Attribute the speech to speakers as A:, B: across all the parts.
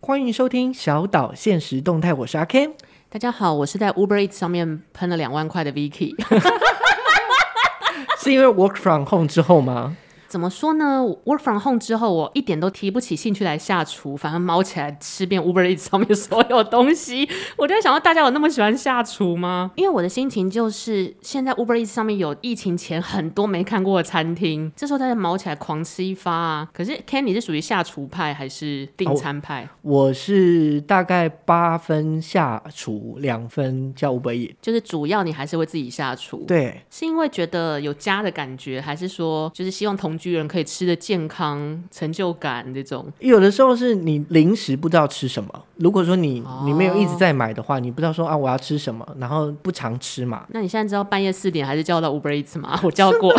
A: 欢迎收听小岛现实动态，我是阿 Ken。
B: 大家好，我是在 Uber Eats 上面喷了两万块的 Vicky。
A: 是因为 work from home 之后吗？
B: 怎么说呢？Work from home 之后，我一点都提不起兴趣来下厨，反而猫起来吃遍 Uber Eats 上面所有东西。 我就在想到大家有那么喜欢下厨吗？因为我的心情就是，现在 Uber Eats 上面有疫情前很多没看过的餐厅，这时候大家猫起来狂吃一发啊。可是 Ken，你是属于下厨派还是订餐派？
A: 我是大概八分下厨，两分叫五百亿。
B: 就是主要你还是会自己下厨。
A: 对，
B: 是因为觉得有家的感觉，还是说就是希望同居人可以吃的健康、成就感这种？
A: 有的时候是你临时不知道吃什么。如果说你
B: 哦
A: 你没有一直在买的话，你不知道说啊我要吃什么，然后不常吃嘛。
B: 那你现在知道半夜四点还是叫到 Uber Eats 吗？ 我叫过。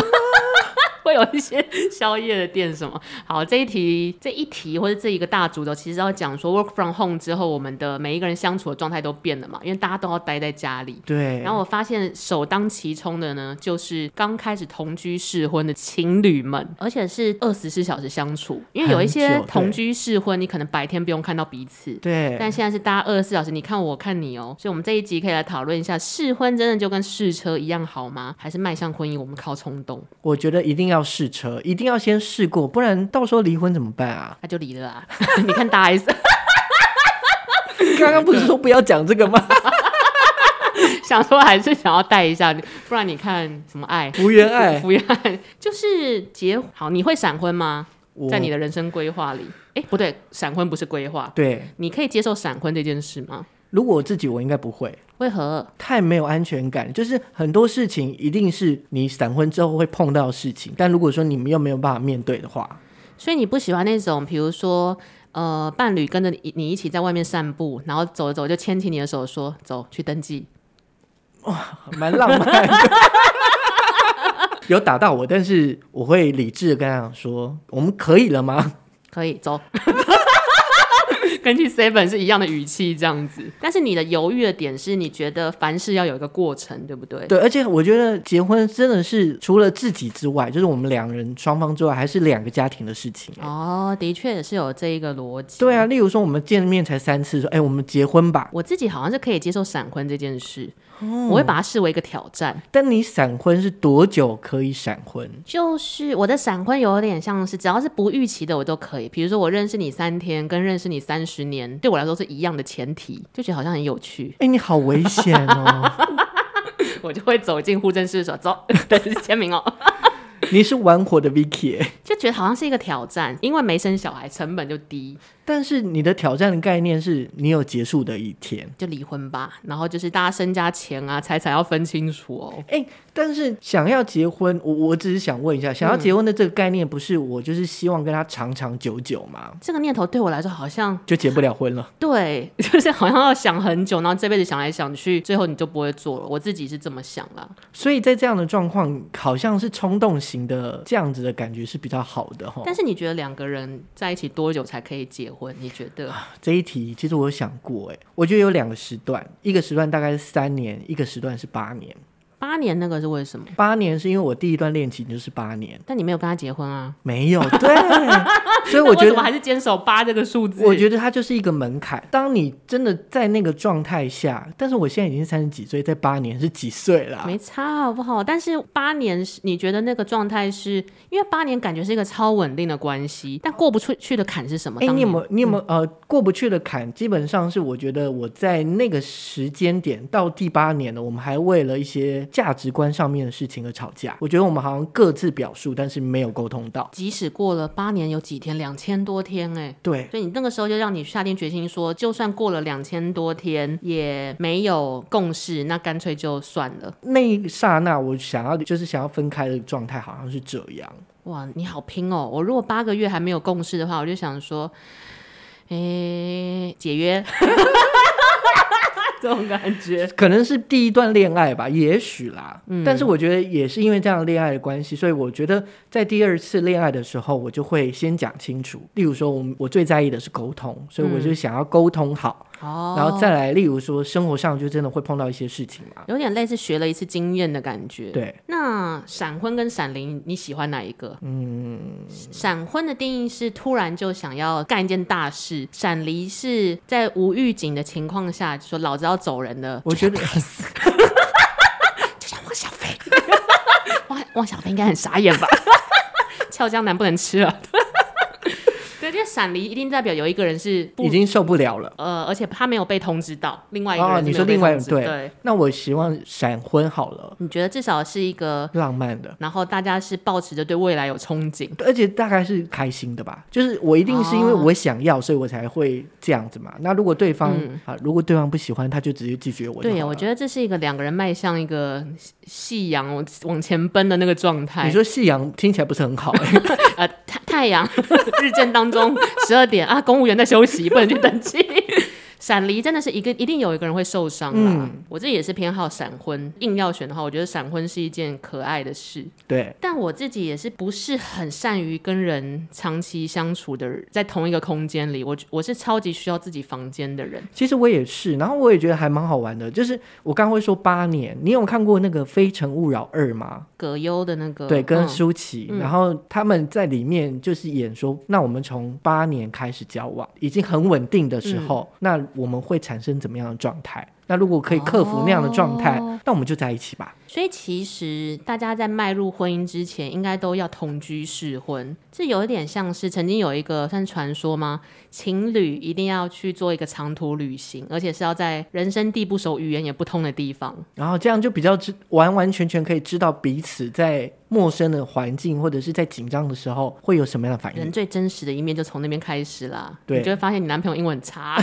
B: 会有一些宵夜的店什么？好，这一题这一题或者这一个大主轴，其实要讲说 work from home 之后，我们的每一个人相处的状态都变了嘛，因为大家都要待在家里。
A: 对，
B: 然后我发现首当其冲的呢，就是刚开始同居试婚的情侣们，而且是二十四小时相处。因为有一
A: 很
B: 些
A: 久对
B: 同居试婚，你可能白天不用看到彼此，
A: 对
B: 但现在是大家二十四小时，你看我我看你哦。所以，我们这一集可以来讨论一下，试婚真的就跟试车一样好吗？还是迈向婚姻我们靠冲动？
A: 我觉得一定要试车，一定要先试过，不然到时候离婚怎么办 啊？
B: 那就离了啊！ 你看大 S
A: 刚刚不是说不要讲这个 吗？
B: 想说还是想要带一下，不然你看什么爱？
A: 福原爱，
B: 福原爱就是结好，你会闪婚吗？
A: 我
B: 在你的人生规划里，哎、不对，闪婚不是规划，
A: 对，
B: 你可以接受闪婚这件事吗？
A: 如果我自己，我应该不会。
B: 为何？
A: 太没有安全感，就是很多事情一定是你闪婚之后会碰到的事情，但如果说你们又没有办法面对的话，
B: 所以你不喜欢那种，比如说，呃，伴侣跟着你你一起在外面散步，然后走着走着就牵起你的手说：“走，去登记。
A: 蛮浪漫的。 有打到我，但是我会理智的跟他讲说，我们可以了吗？”
B: 可以 走，根据 Seven 是一样的语气这样子。但是你的犹豫的点是，你觉得凡事要有一个过程，对不对？
A: 对，而且我觉得结婚真的是除了自己之外，就是我们两人双方之外，还是两个家庭的事情。
B: 哦，的确也是有这一个逻辑。
A: 对啊，例如说我们见面才三次，说哎、我们结婚吧。
B: 我自己好像是可以接受闪婚这件事，我会把它视为一个挑战。
A: 但你闪婚是多久可以闪婚？
B: 就是我的闪婚有点像是，只要是不预期的我都可以。比如说我认识你三天，跟认识你三十年，对我来说是一样的前提，就觉得好像很有趣，
A: 哎、你好危险哦！
B: 我就会走进户政事务所，走， 对，是签名哦，
A: 你是玩火的 Vicky 欸、
B: 就觉得好像是一个挑战，因为没生小孩，成本就低，
A: 但是你的挑战的概念是你有结束的一天。
B: 就离婚吧。然后就是大家身家钱啊、财产要分清楚哦。
A: 哎、但是想要结婚，我我只是想问一下，想要结婚的这个概念，不是我就是希望跟他长长久久吗？
B: 这个念头对我来说好像
A: 就结不了婚 了。
B: 对，就是好像要想很久，然后这辈子想来想去，最后你就不会做了。我自己是这么想啦。
A: 所以在这样的状况，好像是冲动型的这样子的感觉是比较好的哈。
B: 但是你觉得两个人在一起多久才可以结婚？你觉得？
A: 这一题其实我有想过、哎，我觉得有两个时段，一个时段大概是三年，一个时段是八年。
B: 八年那个是为什么？
A: 八年是因为我第一段恋情就是八年，
B: 但你没有跟他结婚啊？
A: 没有 对，所以我
B: 那
A: 觉
B: 为什么
A: 得
B: 还是坚守八这个数字？
A: 我觉得它就是一个门槛。当你真的在那个状态下，但是我现在已经三十几岁，在八年是几岁啦、
B: 没差好不好？但是八年是，你觉得那个状态是因为八年感觉是一个超稳定的关系，但过不出去的坎是什么？
A: 哎、
B: 当
A: 你有
B: 年嗯
A: 没有你有没有、呃过不去的坎？基本上是我觉得我在那个时间点到第八年了，我们还为了一些价值观上面的事情而吵架。我觉得我们好像各自表述，但是没有沟通到。
B: 即使过了八年，有几天？两千多天哎、
A: 对，
B: 所以你那个时候就让你下定决心说，就算过了两千多天也没有共识，那干脆就算了。
A: 那一刹那我想要就是想要分开的状态，好像是这样。
B: 哇，你好拼哦！我如果八个月还没有共识的话，我就想说，诶、解约， 这种感觉。
A: 可能是第一段恋爱吧，也许啦。
B: 嗯
A: 但是我觉得也是因为这样恋爱的关系，所以我觉得在第二次恋爱的时候，我就会先讲清楚。例如说我，我最在意的是沟通，所以我就想要沟通好。
B: 哦，
A: 然后再来，例如说生活上就真的会碰到一些事情嘛。
B: 有点类似学了一次经验的感觉。，
A: 对，
B: 那闪婚跟闪灵，你喜欢哪一个？嗯，闪婚的定义是突然就想要干一件大事，闪离是在无预警的情况下就说老子要走人的，
A: 我觉得
B: 就像汪小菲，汪哎汪小菲应该很傻眼吧？ 俏江南不能吃了。 对，这闪离一定代表有一个人是不
A: 已经受不了了。
B: 呃，而且他没有被通知到，另外一个
A: 哦
B: 人是
A: 你
B: 没
A: 说
B: 有被
A: 另外
B: 通知
A: 对
B: 对，
A: 那我希望闪婚好了，
B: 你觉得至少是一个，
A: 浪漫的。
B: 然后大家是抱持着对未来有憧憬。
A: 而且大概是开心的吧，就是我一定是因为
B: 哦
A: 我想要，所以我才会这样子嘛。那如果对方、
B: 嗯
A: 啊，如果对方不喜欢，他就直接拒绝我就好了。
B: 对，我觉得这是一个两个人迈向一个夕夕阳往往前奔的那个状态
A: 你。说夕阳听起来不是很好、欸，
B: 呃，太太阳日正当中，十二点啊，公务员在休息，不能去登记。 闪离真的是一个，一定有一个人会受伤啦。
A: 嗯
B: 我自己也是偏好闪婚，硬要选的话，我觉得闪婚是一件可爱的事。
A: 对，
B: 但我自己也是不是很善于跟人长期相处的人，在同一个空间里，我我是超级需要自己房间的人。
A: 其实我也是，然后我也觉得还蛮好玩的。就是我刚刚会说八年，你有看过那个《非诚勿扰二》吗？
B: 葛优的那个
A: 对，跟
B: 嗯
A: 舒淇，
B: 嗯
A: 然后他们在里面就是演说，那我们从八年开始交往，已经很稳定的
B: 嗯
A: 时候，那我们会产生怎么样的状态？那如果可以克服那样的状态，
B: 哦
A: 那我们就在一起吧。
B: 所以其实大家在迈入婚姻之前，应该都要同居试婚。这有一点像是曾经有一个算传说吗？情侣一定要去做一个长途旅行，而且是要在人生地不熟、语言也不通的地方。
A: 然后这样就比较知完完全全可以知道彼此在陌生的环境或者是在紧张的时候会有什么样的反
B: 人
A: 应。
B: 最真实的一面就从那边开始啦。
A: 对
B: 你就会发现你男朋友英文很 差。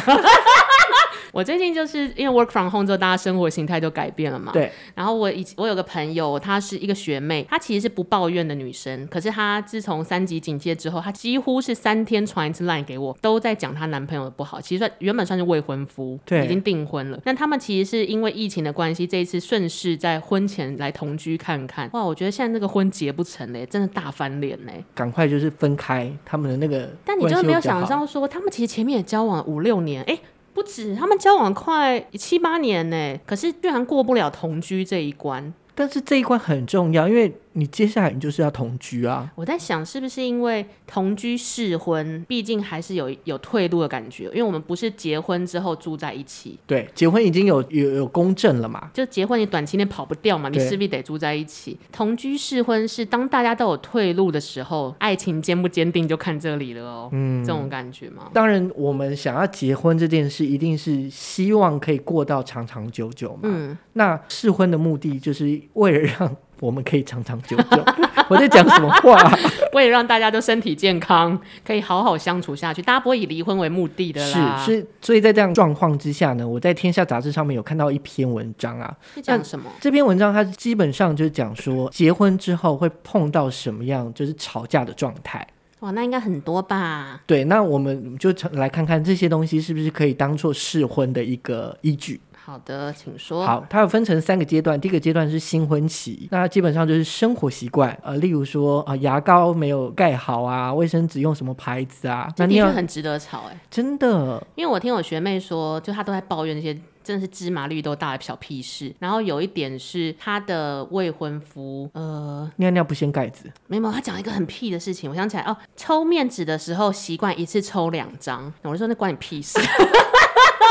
B: 我最近就是因为 work from home 之后，大家生活形态就改变了嘛。
A: 对，
B: 然后我以我有个朋友，她是一个学妹，她其实是不抱怨的女生，可是她自从三级警戒之后，她几乎是三天传一次 line 给我，都在讲她男朋友的不好。其实算原本算是未婚夫，
A: 对
B: 已经订婚了。那他们其实是因为疫情的关系，这一次顺势在婚前来同居看看。哇，我觉得现在这个婚结不成嘞，真的大翻脸嘞。
A: 赶快就是分开他们的那个
B: 但你
A: 关
B: 就
A: 系
B: 没有
A: 会比较
B: 想
A: 好
B: 到说，他们其实前面也交往了五六年，哎、不止，他们交往快七八年呢，可是居然过不了同居这一关。
A: 但是这一关很重要，因为你接下来你就是要同居啊。
B: 我在想，是不是因为同居试婚，毕竟还是有有退路的感觉，因为我们不是结婚之后住在一起，
A: 对，结婚已经有有有公证了嘛？
B: 就结婚你短期内跑不掉嘛，你
A: 对
B: 势必得住在一起。同居试婚是当大家都有退路的时候，爱情坚不坚定就看这里了哦，嗯，这种感觉吗？
A: 当然，我们想要结婚这件事，一定是希望可以过到长长久久嘛。
B: 嗯，
A: 那试婚的目的就是为了让我们可以长长久 久。我在讲什么话啊、
B: 为了让大家都身体健康，可以好好相处下去，大家不会以离婚为目的的啦。
A: 是是，所以在这样状况之下呢，我在《天下》杂志上面有看到一篇文章啊，
B: 是讲什么？
A: 这篇文章它基本上就是讲说，结婚之后会碰到什么样就是吵架的状态。
B: 哇，那应该很多吧？
A: 对，那我们就来看看这些东西是不是可以当做试婚的一个依据。
B: 好的，请说。
A: 好，它有分成三个阶段，第一个阶段是新婚期，那基本上就是生活习惯，呃，例如说啊、呃牙膏没有盖好啊，卫生纸用什么牌子啊，那
B: 这的
A: 你
B: 确
A: 要
B: 很值得吵哎、
A: 真的
B: 因为我听我学妹说，就她都在抱怨那些真的是芝麻绿豆大的小屁事。然后有一点是她的未婚夫，呃，
A: 尿尿不掀盖子，
B: 没有，没有她讲一个很屁的事情，我想起来哦，抽面纸的时候习惯一次抽两张，我就说那关你屁事。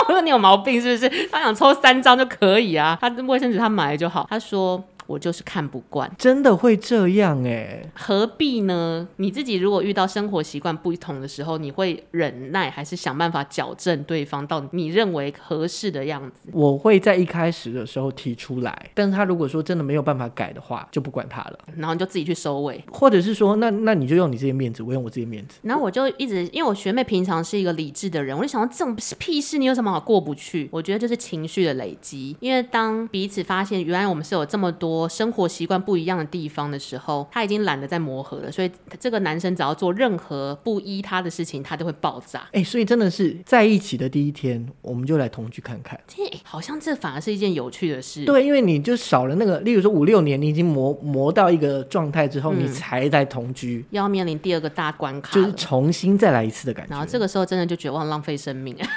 B: 我说你有毛病是不是？她想抽三张就可以啊，她卫生纸她买了就好。她说我就是看不惯。
A: 真的会这样哎、
B: 何必呢？你自己如果遇到生活习惯不同的时候，你会忍耐，还是想办法矫正对方到你认为合适的样子？
A: 我会在一开始的时候提出来，但是他如果说真的没有办法改的话，就不管他了，
B: 然后你就自己去收尾。
A: 或者是说，那那你就用你自己的面子，我用我自己的面子。
B: 然后我就一直，因为我学妹平常是一个理智的人，我就想到这种屁事，你有什么好过不去？我觉得就是情绪的累积，因为当彼此发现原来我们是有这么多生活习惯不一样的地方的时候，他已经懒得再磨合了，所以这个男生只要做任何不依他的事情，他就会爆炸。
A: 哎、所以真的是在一起的第一天，我们就来同居看看。
B: 这好像这反而是一件有趣的事。
A: 对，因为你就少了那个，例如说五六年，你已经磨磨到一个状态之后，你才在同居，
B: 要面临第二个大嗯关卡
A: 就是
B: 了。
A: 重新再来一次的感
B: 然后
A: 觉。
B: 这个时候真的就绝望浪费生命。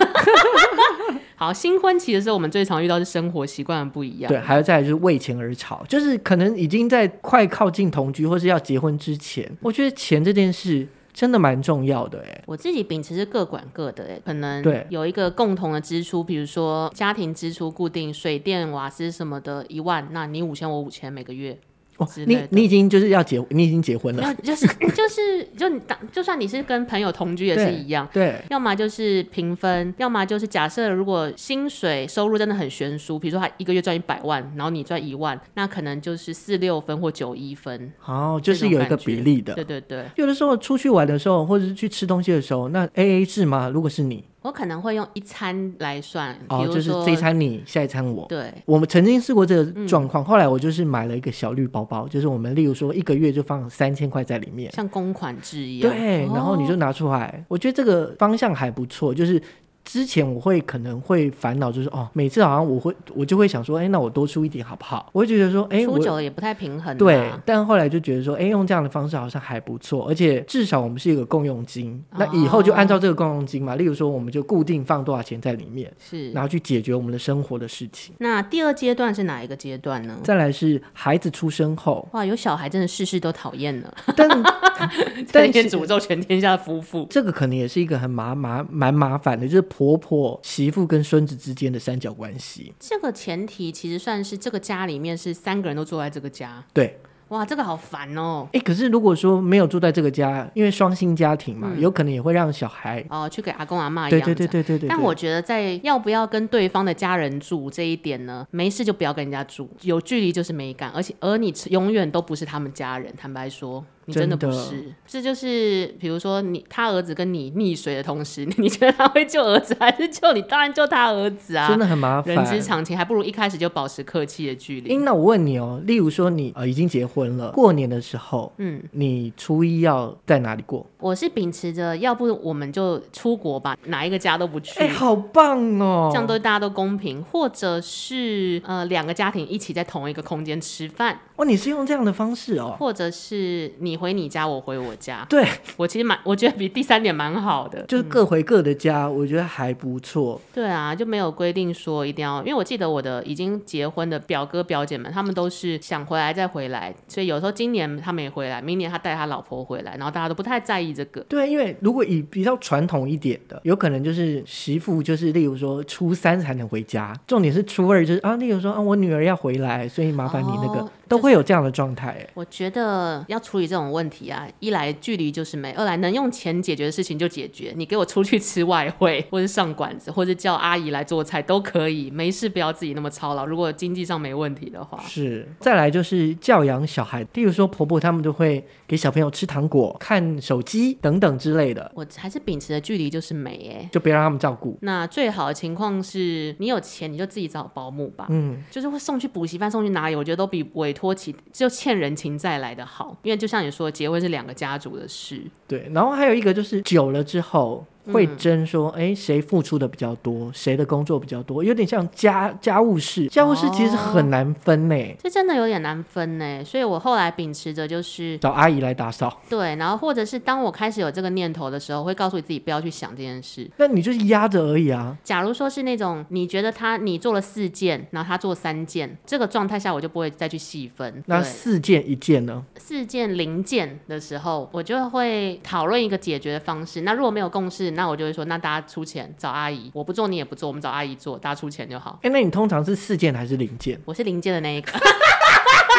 B: 好，新婚期的时候，我们最常遇到是生活习惯的不一样。
A: 对，还有再来就是为钱而吵，就是可能已经在快靠近同居或是要结婚之前，我觉得钱这件事真的蛮重要的哎、
B: 我自己秉持是各管各的、欸，可能
A: 对
B: 有一个共同的支出，比如说家庭支出固定水电瓦斯什么的，一万，那你五千我五千每个月，
A: 哇
B: 之，类
A: 你
B: 的
A: 你已经就是要结，你已经结婚了，
B: 那就是就是就你当就算你是跟朋友同居也是一样。
A: 对
B: 要么就是平分，要么就是假设如果薪水收入真的很悬殊，比如说他一个月赚一百万，然后你赚一万，那可能就是四六分或九一分，
A: 哦，就是
B: 这种
A: 有一
B: 感
A: 个
B: 觉
A: 比例的。啊
B: 对对对，
A: 有的时候出去玩的时候，或者是去吃东西的时候，那 A A 制吗？如果是你，
B: 我可能会用一餐来算，嗯比
A: 哦，
B: 如
A: 就是
B: 说、
A: 这一餐你，下一餐我。
B: 对，
A: 我们曾经试过这个
B: 嗯
A: 状况，后来我就是买了一个小绿包包，就是我们例如说一个月就放三千块在里面，
B: 像公款制一样。
A: 对，然后你就
B: 哦
A: 拿出来。我觉得这个方向还不错，就是。之前我会可能会烦恼，就是哦，每次好像我会我就会想说，哎、那我多出一点好不好？我会觉得说，哎、
B: 出
A: 我
B: 久了也不太平衡、啊。
A: 对，但后来就觉得说，哎，用这样的方式好像还不错，而且至少我们是一个共用金，
B: 哦
A: 那以后就按照这个共用金嘛，例如说我们就固定放多少钱在里面，
B: 是。
A: 然后去解决我们的生活的事情。
B: 那第二阶段是哪一个阶段呢？，
A: 再来是孩子出生后
B: 哇，有小孩真的事事都讨厌了，
A: 但 但
B: 天天
A: 是
B: 诅咒全天下的夫妇。
A: 这个可能也是一个很麻麻蛮麻烦的，就是婆婆、媳妇跟孙子之间的三角关系。
B: 这个前提其实算是这个家里面是三个人都住在这个家，
A: 对，
B: 哇，这个好烦哦。
A: 哎，可是如果说没有住在这个家，因为双薪家庭嘛，有可能也会让小孩，
B: 哦，去给阿公阿嗯妈
A: 对
B: 养
A: 对
B: 着
A: 对对对对。
B: 但
A: 对
B: 我觉得在要不要跟对方的家人住这一点呢，没事就不要跟人家住，有距离就是美感，而且而你永远都不是他们家人。坦白说，你真的
A: 真
B: 不
A: 的
B: 是。这就是比如说你他儿子跟你溺水的同时， 你觉得他会救儿子还是救你？当然救他儿子啊
A: 真。的很麻烦，
B: 人之常情，还不如一开始就保持客气的距离。
A: 因那我问你哦，例如说你呃已经结婚了，过年的时候，
B: 嗯，
A: 你初一要在哪里过？
B: 我是秉持着，要不我们就出国吧，哪一个家都不去。
A: 哎、好棒哦！
B: 这样对大家都公平，或者是呃两个家庭一起在同一个空间吃饭，
A: 哦，你是用这样的方式 哦？
B: 或者是你回你家，我回我家。
A: 对，
B: 我其实蛮，我觉得比第三点蛮好的。
A: 就是各回各的家，我觉得还不错。
B: 对啊，就没有规定说一定要，因为我记得我的已经结婚的表哥表姐们，他们都是想回来再回来，所以有时候今年他们也回来，明年他带他老婆回来，然后大家都不太在意这个。
A: 对，啊因为如果以比较传统一点的，有可能就是媳妇就是例如说初三才能回家，重点是初二就是啊，例如说啊我女儿要回来，所以麻烦你那个、
B: 哦
A: 都会有这样的状态。哎
B: 我觉得要处理这种问题啊，一来距离就是美，二来能用钱解决的事情就解决。你给我出去吃外汇，或是上馆子，或是叫阿姨来做菜都可以，没事不要自己那么操劳。如果经济上没问题的话，
A: 是，再来就是教养小孩，例如说婆婆他们都会给小朋友吃糖果、看手机等等之类的，
B: 我还是秉持的距离就是美诶、
A: 就别让他们照顾。
B: 那最好的情况是你有钱你就自己找保姆吧，
A: 嗯，
B: 就是会送去补习班，送去哪里，我觉得都比委托起就欠人情债来的好。因为就像你说，结婚是两个家族的事，
A: 对。然后还有一个就是久了之后
B: 嗯
A: 会争说，哎、谁付出的比较多，谁的工作比较多，有点像家家务事。家务事其实很难分呢、
B: 这真的有点难分呢。所以我后来秉持着就是
A: 找阿姨来打扫，
B: 对，然后或者是当我开始有这个念头的时候，会告诉你自己不要去想这件事。
A: 那你就是压着而已啊。
B: 假如说是那种你觉得他你做了四件，然后他做三件，这个状态下我就不会再去细分。
A: 那
B: 对
A: 四件一件呢？
B: 四件零件的时候，我就会讨论一个解决的方式。那如果没有共识，那我就会说，那大家出钱找阿姨，我不做你也不做，我们找阿姨做，大家出钱就好。？
A: 哎、那你通常是四件还是零件
B: 我是零件的那一个，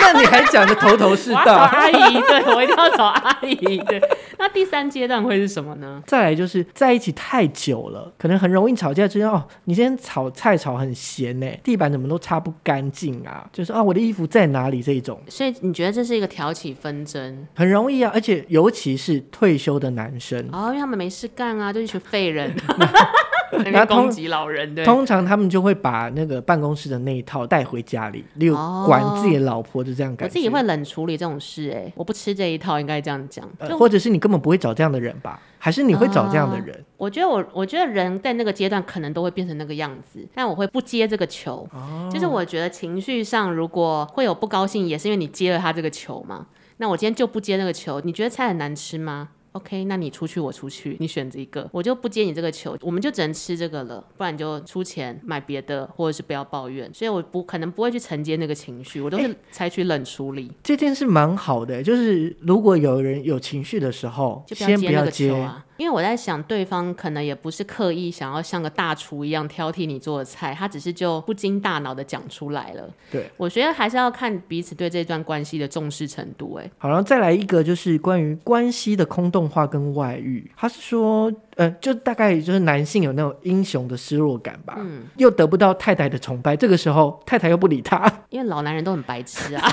A: 那你还讲的头头是
B: 我要找
A: 道。
B: 阿姨，对我一定要找阿姨。对，那第三阶段会是什么呢？
A: 再来就是在一起太久了，可能很容易吵架。就是哦，你今天炒菜炒很咸呢、地板怎么都擦不干净啊？就是啊，我的衣服在哪里？这一种
B: 所以你觉得这是一个挑起纷争，
A: 很容易啊，而且尤其是退休的男生，
B: 哦，因为他们没事干啊，就一群废人， 在
A: 然
B: 那
A: 后
B: 边
A: 通
B: 攻击老人，对，
A: 通常他们就会把那个办公室的那一套带回家里，例如
B: 哦
A: 管自己的老婆，就这样
B: 我
A: 感觉。
B: 自己会冷处理这种事、哎，我不吃这一套，应该这样讲。
A: 呃、
B: 就
A: 或者是你根本不会找这样的人吧？还是你会找这样的人？
B: 我觉得我，我觉得人在那个阶段可能都会变成那个样子，但我会不接这个球。就是我觉得情绪上如果会有不高兴，也是因为你接了他这个球嘛。那我今天就不接那个球，你觉得菜很难吃吗？ OK，那你出去，我出去，你选择一个，我就不接你这个球，我们就只能吃这个了，不然你就出钱买别的，或者是不要抱怨。所以我不可能不会去承接那个情绪，我都是采取冷处理，
A: 这件事蛮好的，就是如果有人有情绪的时候，
B: 就不要
A: 先
B: 接
A: 不
B: 那
A: 要
B: 个
A: 接
B: 球。啊。因为我在想，对方可能也不是刻意想要像个大厨一样挑剔你做的菜，他只是就不经大脑的讲出来了。
A: 对，
B: 我觉得还是要看彼此对这段关系的重视程度、哎，
A: 好，然后再来一个就是关于关系的空洞化跟外遇，他是说，呃，就大概就是男性有那种英雄的失落感吧，嗯，又得不到太太的崇拜，这个时候太太又不理他，
B: 因为老男人都很白痴啊。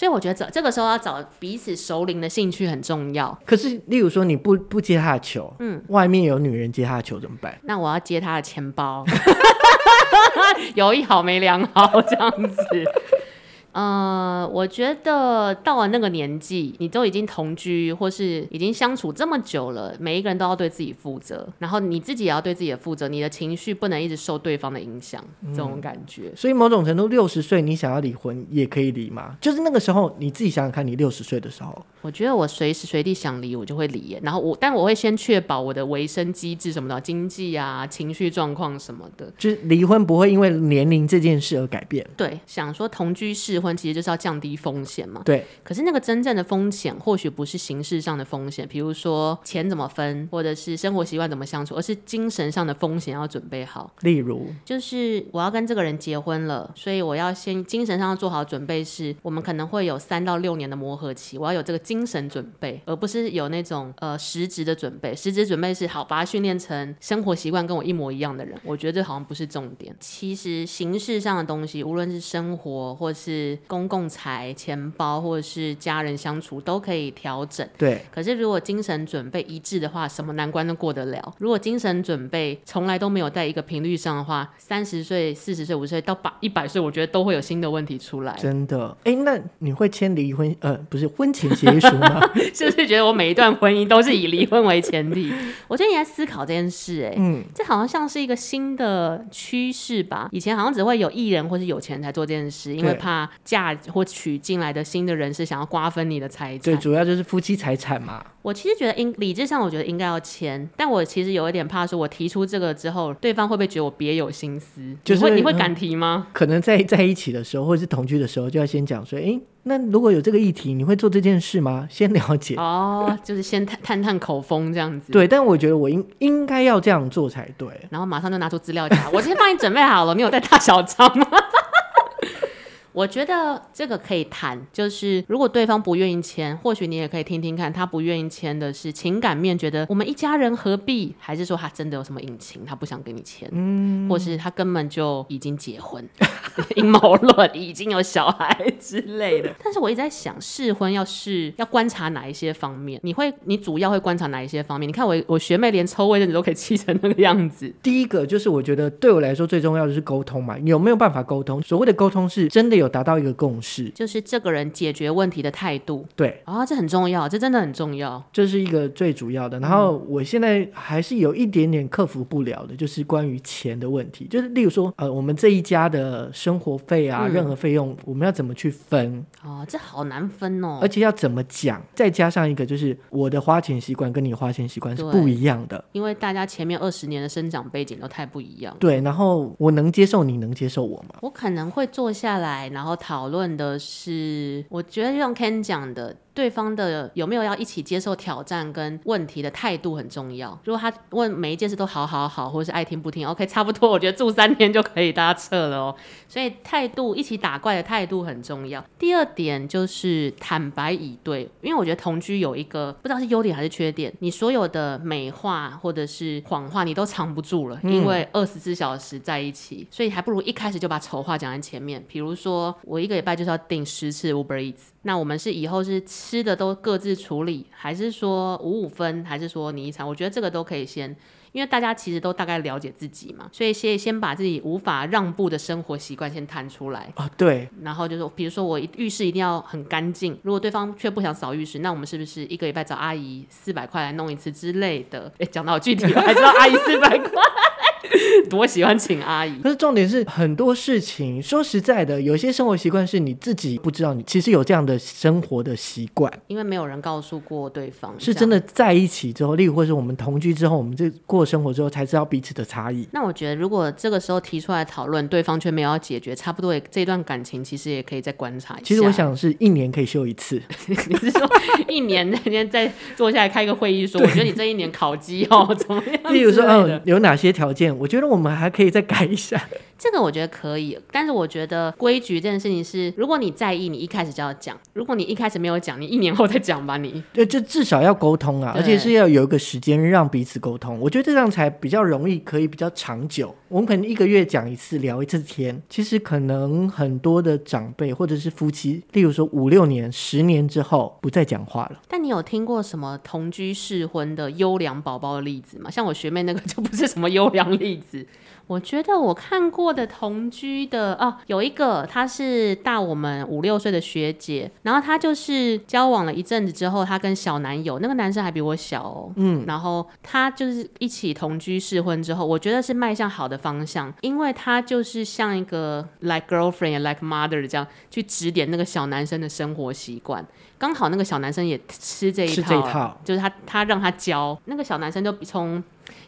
B: 所以我觉得这这个时候要找彼此熟龄的兴趣很重要。
A: 可是例如说你不不接他的球，嗯，外面有女人接他的球怎么办？
B: 那我要接他的钱包， 有一好没两好这样子。呃，我觉得到了那个年纪，你都已经同居或是已经相处这么久了，每一个人都要对自己负责，然后你自己也要对自己的负责，你的情绪不能一直受对方的影响，这种感觉。
A: 所以某种程度，六十岁你想要离婚也可以离吗？就是那个时候你自己想想看，你六十岁的时候，
B: 我觉得我随时随地想离，我就会离耶。然后我，但我会先确保我的维生机制什么的，经济啊、情绪状况什么的。
A: 就是离婚不会因为年龄这件事而改变，
B: 对，想说同居试婚其实就是要降低风险嘛。
A: 对，
B: 可是那个真正的风险，或许不是形式上的风险，比如说钱怎么分，或者是生活习惯怎么相处，而是精神上的风险要准备好。
A: 例如。
B: 就是我要跟这个人结婚了，所以我要先精神上要做好准备是，我们可能会有三到六年的磨合期，我要有这个精神准备，而不是有那种呃实质的准备。实质准备是好，把他训练成生活习惯跟我一模一样的人，我觉得这好像不是重点。其实形式上的东西，无论是生活或是公共财、钱包，或者是家人相处，都可以调整。
A: 对，
B: 可是如果精神准备一致的话，什么难关都过得了。如果精神准备从来都没有在一个频率上的话，三十岁、四十岁、五十岁到八一百岁，我觉得都会有新的问题出来。
A: 真的，哎，那你会签离婚呃，不是婚前协议书 吗？
B: 是不是觉得我每一段婚姻都是以离婚为前提？ 我最近在思考这件事、哎。
A: 嗯，
B: 这好像像是一个新的趋势吧？以前好像只会有艺人或是有钱人才做这件事，因为
A: 对
B: 怕嫁或娶进来的新的人是想要瓜分你的财产
A: 对，。主要就是夫妻财产嘛。
B: 我其实觉得应理智上，我觉得应该要签，但我其实有一点怕，说我提出这个之后，对方会不会觉得我别有心思？
A: 就是
B: 你会你会
A: 嗯
B: 敢提吗？
A: 可能在在一起的时候，或者是同居的时候，就要先讲说，哎，那如果有这个议题，你会做这件事吗？先了解。
B: 哦，就是先探探探口风这样子。
A: 对，但我觉得我应应该要这样做才对。
B: 然后马上就拿出资料夹，我先帮你准备好了，你有带大小张吗？ 我觉得这个可以谈，就是如果对方不愿意签，或许你也可以听听看，他不愿意签的是情感面，觉得我们一家人何必，还是说他真的有什么隐情，他不想跟你签，嗯，或是他根本就已经结婚， 阴谋论已经有小孩之类的。但是我一直在想，试婚要试要观察哪一些方面？你会你主要会观察哪一些方面？你看我我学妹连抽卫生纸都可以气成那个样子，
A: 第一个就是我觉得对我来说最重要的是沟通嘛，有没有办法沟通？所谓的沟通是真的有达到一个共识，
B: 就是这个人解决问题的态度
A: 对，
B: 啊、这很重要，这真的很重要。
A: 这是一个最主要的。然后
B: 嗯
A: 我现在还是有一点点克服不了的，就是关于钱的问题，就是例如说，呃，我们这一家的生活费啊，
B: 嗯
A: 任何费用我们要怎么去分？
B: 哦，这好难分哦
A: 而。且要怎么讲，再加上一个就是我的花钱习惯跟你花钱习惯是
B: 对
A: 不一样的，
B: 因为大家前面二十年的生长背景都太不一样，
A: 对。然后我能接受，你能接受我吗？
B: 我可能会坐下来，然后讨论的是，我觉得就像 Ken 讲的，对方的有没有要一起接受挑战跟问题的态度很重要。如果他问每一件事都好好好，或者是爱听不听，OK，差不多，我觉得住三天就可以，大家撤了哦。所以态度一起打怪的态度很重要。第二点就是坦白以对，因为我觉得同居有一个不知道是优点还是缺点，你所有的美化或者是谎话你都藏不住了，因为二十四小时在一起，所以还不如一开始就把丑话讲在前面。比如说我一个礼拜就是要订十次 Uber Eats，那我们是以后是吃的都各自处理，还是说五五分，还是说你一餐？我觉得这个都可以先因为大家其实都大概了解自己嘛，所以先先把自己无法让步的生活习惯先谈出来。
A: 啊，对，
B: 然后就是，比如说我一浴室一定要很干净，如果对方却不想扫浴室，那我们是不是一个礼拜找阿姨四百块来弄一次之类的？哎，讲到好具体了，还知道阿姨四百块。 多喜欢请阿姨。
A: 可是重点是，很多事情说实在的，有些生活习惯是你自己不知道，你其实有这样的生活的习惯，
B: 因为没有人告诉过对方，
A: 是真
B: 的。
A: 的在一起之后，例如或是我们同居之后，我们这过生活之后才知道彼此的差异。
B: 那我觉得，如果这个时候提出来讨论，对方却没有要解决，差不多也这段感情其实也可以再观察一下。
A: 其实我，想是一年可以休一次，
B: 你是说一年那天再坐下来开一个会议说，我觉得你这一年考绩哦怎么样？
A: 例如说，
B: 嗯
A: 嗯，，有哪些条件？我觉得我们还可以再改一下。
B: 这个我觉得可以，但是我觉得规矩这件事情是，如果你在意，你一开始就要讲；如果你一开始没有讲，你一年后再讲吧。你
A: 对，就至少要沟通啊，
B: 对
A: 而且是要有一个时间让彼此沟通。我觉得这样才比较容易，可以比较长久。我们可能一个月讲一次，聊一次天。其实可能很多的长辈或者是夫妻，例如说五六年、十年之后不再讲话了。
B: 但你有听过什么同居试婚的优良宝宝的例子吗？像我学妹那个就不是什么优良例子。我觉得我看过的同居的哦，有一个她是大我们五六岁的学姐，然后她就是交往了一阵子之后，她跟小男友，那个男生还比我小哦，嗯，然后她就是一起同居试婚之后，我觉得是迈向好的方向，因为她就是像一个 like girlfriend 也 like mother 这样去指点那个小男生的生活习惯，刚好那个小男生也吃这一
A: 吃
B: 套，啊
A: 这一套
B: 就是他他让他教那个小男生就从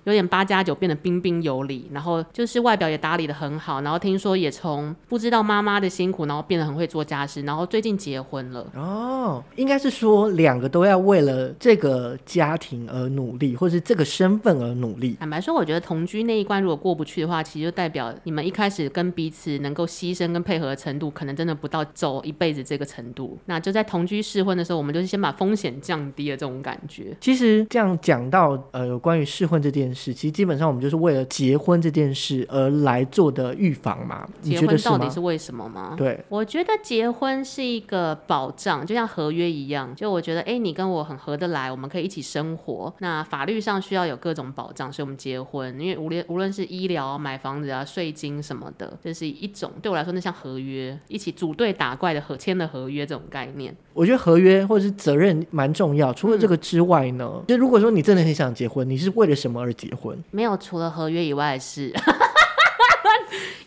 B: 有点八加九变得彬彬有礼，然后就是外表也打理的很好，然后听说也从不知道妈妈的辛苦，然后变得很会做家事，然后最近结婚了。
A: 哦，应该是说两个都要为了这个家庭而努力，或是这个身份而努力。
B: 坦白说，我觉得同居那一关如果过不去的话，其实就代表你们一开始跟彼此能够牺牲跟配合的程度，可能真的不到走一辈子这个程度。那就在同居试婚的时候，我们就是先把风险降低了这种感觉。
A: 其实这样讲到呃，有关于试婚这件事，其实基本上我们就是为了结婚这件事而来做的预防嘛。你
B: 结
A: 觉得
B: 婚
A: 是
B: 到底
A: 吗？
B: 是为什么吗？
A: 对，
B: 我觉得结婚是一个保障，就像合约一样。就我觉得，哎、你跟我很合得来，我们可以一起生活。那法律上需要有各种保障，所以我们结婚。因为无论无论是医疗、买房子啊、税金什么的，这是一种对我来说那像合约，一起组队打怪的合签的合约这种概念。
A: 我觉得合约或者是责任蛮重要。除了
B: 嗯
A: 这个之外呢，就如果说你真的很想结婚，你是为了什么而结婚？
B: 没有除了合约以外的 事。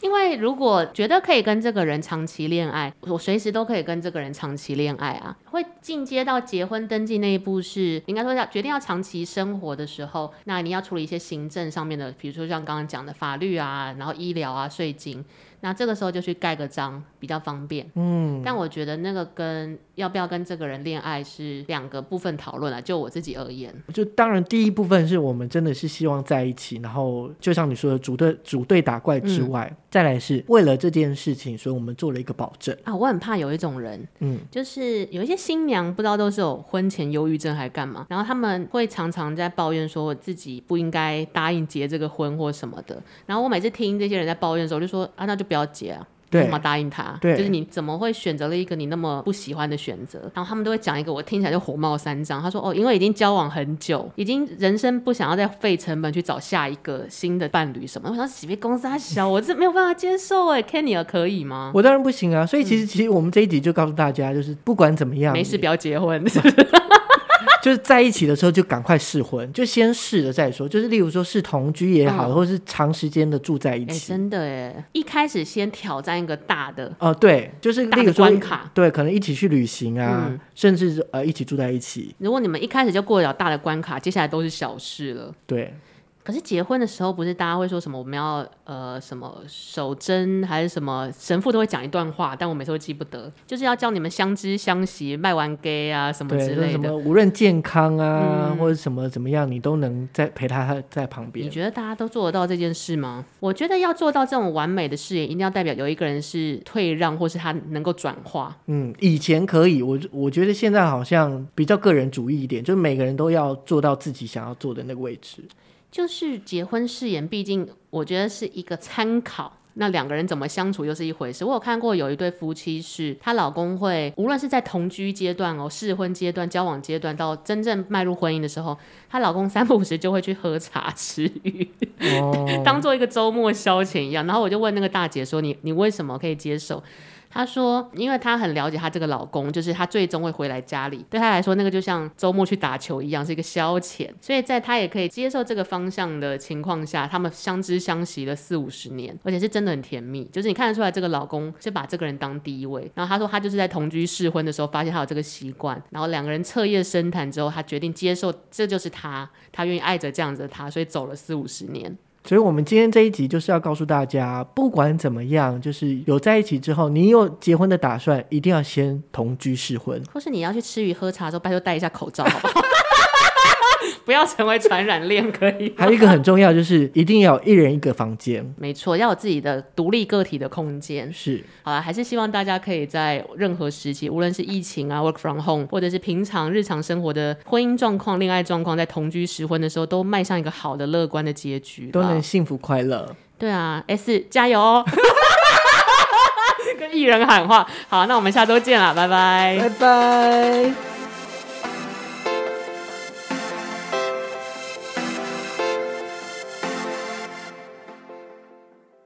B: 因为如果觉得可以跟这个人长期恋爱，我随时都可以跟这个人长期恋爱啊。会进阶到结婚登记那一步是，应该说要决定要长期生活的时候，那你要处理一些行政上面的，比如说像刚刚讲的法律啊，然后医疗啊、税金，那这个时候就去盖个章比较方便。嗯，但我觉得那个跟要不要跟这个人恋爱是两个部分讨论啊，就我自己而言。
A: 就当然第一部分是我们真的是希望在一起，然后就像你说的组队组队打怪
B: 嗯
A: 之外，再来是为了这件事情，所以我们做了一个保证。
B: 啊，我很怕有一种人，
A: 嗯
B: 嗯，就是有一些新娘不知道都是有婚前忧郁症还干嘛，然后他们会常常在抱怨说我自己不应该答应结这个婚或什么的，然后我每次听这些人在抱怨的时候，我就说啊，那就不要结啊。
A: 对
B: 干嘛答应他？
A: 对
B: 就是你怎么会选择了一个你那么不喜欢的选择？然后他们都会讲一个我听起来就火冒三丈。他说：“哦，因为已经交往很久，已经人生不想要再费成本去找下一个新的伴侣什么。”我想洗被公司啊小，我这没有办法接受哎。Kenny 可以吗？
A: 我当然不行啊，所以其实其实我们这一集就告诉大家，就是不管怎么样，
B: 嗯没事，
A: 你
B: 不要结婚。
A: 就是在一起的时候就赶快试婚，就先试了再说。就是例如说是同居也好，
B: 嗯
A: 或是长时间的住在一
B: 哎、
A: 起，
B: 真的哎，一开始先挑战一个大的，
A: 哦，对，就是
B: 大
A: 例
B: 的
A: 如说
B: 关卡
A: 对，可能一起去旅行啊，
B: 啊嗯
A: 甚至是呃一起住在一起，
B: 如果你们一开始就过得了大的关卡，接下来都是小事了。
A: 对，
B: 可是结婚的时候，不是大家会说什么我们要呃什么守贞还是什么，神父都会讲一段话，但我每次都记不得，就是要叫你们相知相惜，卖完 gay 啊什么
A: 对，
B: 之
A: 就是
B: 类
A: 什
B: 的。嗯
A: 么无论健康啊，或者什么怎么样，你都能在陪他在旁
B: 你
A: 边。
B: 觉得大家都做得到这件事吗？我觉得要做到这种完美的誓言，一定要代表有一个人是退让，或是他能够转化。
A: 嗯，以前可以，我我觉得现在好像比较个人主义一点，就是每个人都要做到自己想要做的那个位置。
B: 就是结婚誓言，毕竟我觉得是一个参考。那两个人怎么相处又是一回事。我有看过有一对夫妻是，她老公会无论是在同居阶段哦、试婚阶段、交往阶段，到真正迈入婚姻的时候，她老公三不五时就会去喝茶吃鱼，
A: 哦，
B: 当做一个周末消遣一样。然后我就问那个大姐说：“你你为什么可以接受？”她说，因为她很了解她这个老公，就是她最终会回来家里，对她来说那个就像周末去打球一样，是一个消遣。所以在她也可以接受这个方向的情况下，他们相知相惜了四五十年，而且是真的很甜蜜。就是你看得出来，这个老公是把这个人当第一位。然后她说，她就是在同居试婚的时候发现她有这个习惯，然后两个人彻夜深谈之后，她决定接受这就是她，她愿意爱着这样子的她，所以走了四五十年。
A: 所以，我们今天这一集就是要告诉大家，不管怎么样，就是有在一起之后，你有结婚的打算，一定要先同居试 婚。
B: 或是你要去吃鱼喝茶的时候，拜托戴一下口罩，好不好？ 不要成为传染链，可以吗？
A: 还有一个很重要，就是一定要一人一个房间。
B: 没错，要有自己的独立个体的空间。
A: 是，
B: 好啦，还是希望大家可以在任何时期，无论是疫情啊、work from home，或者是平常日常生活的婚姻状况、恋爱状况，在同居时婚的时候，都迈向一个好的、乐观的结局啦。
A: 都能幸福快乐。
B: 对啊，S 加油哦！ 跟艺人喊话。好，那我们下周见啦，拜拜
A: 拜拜。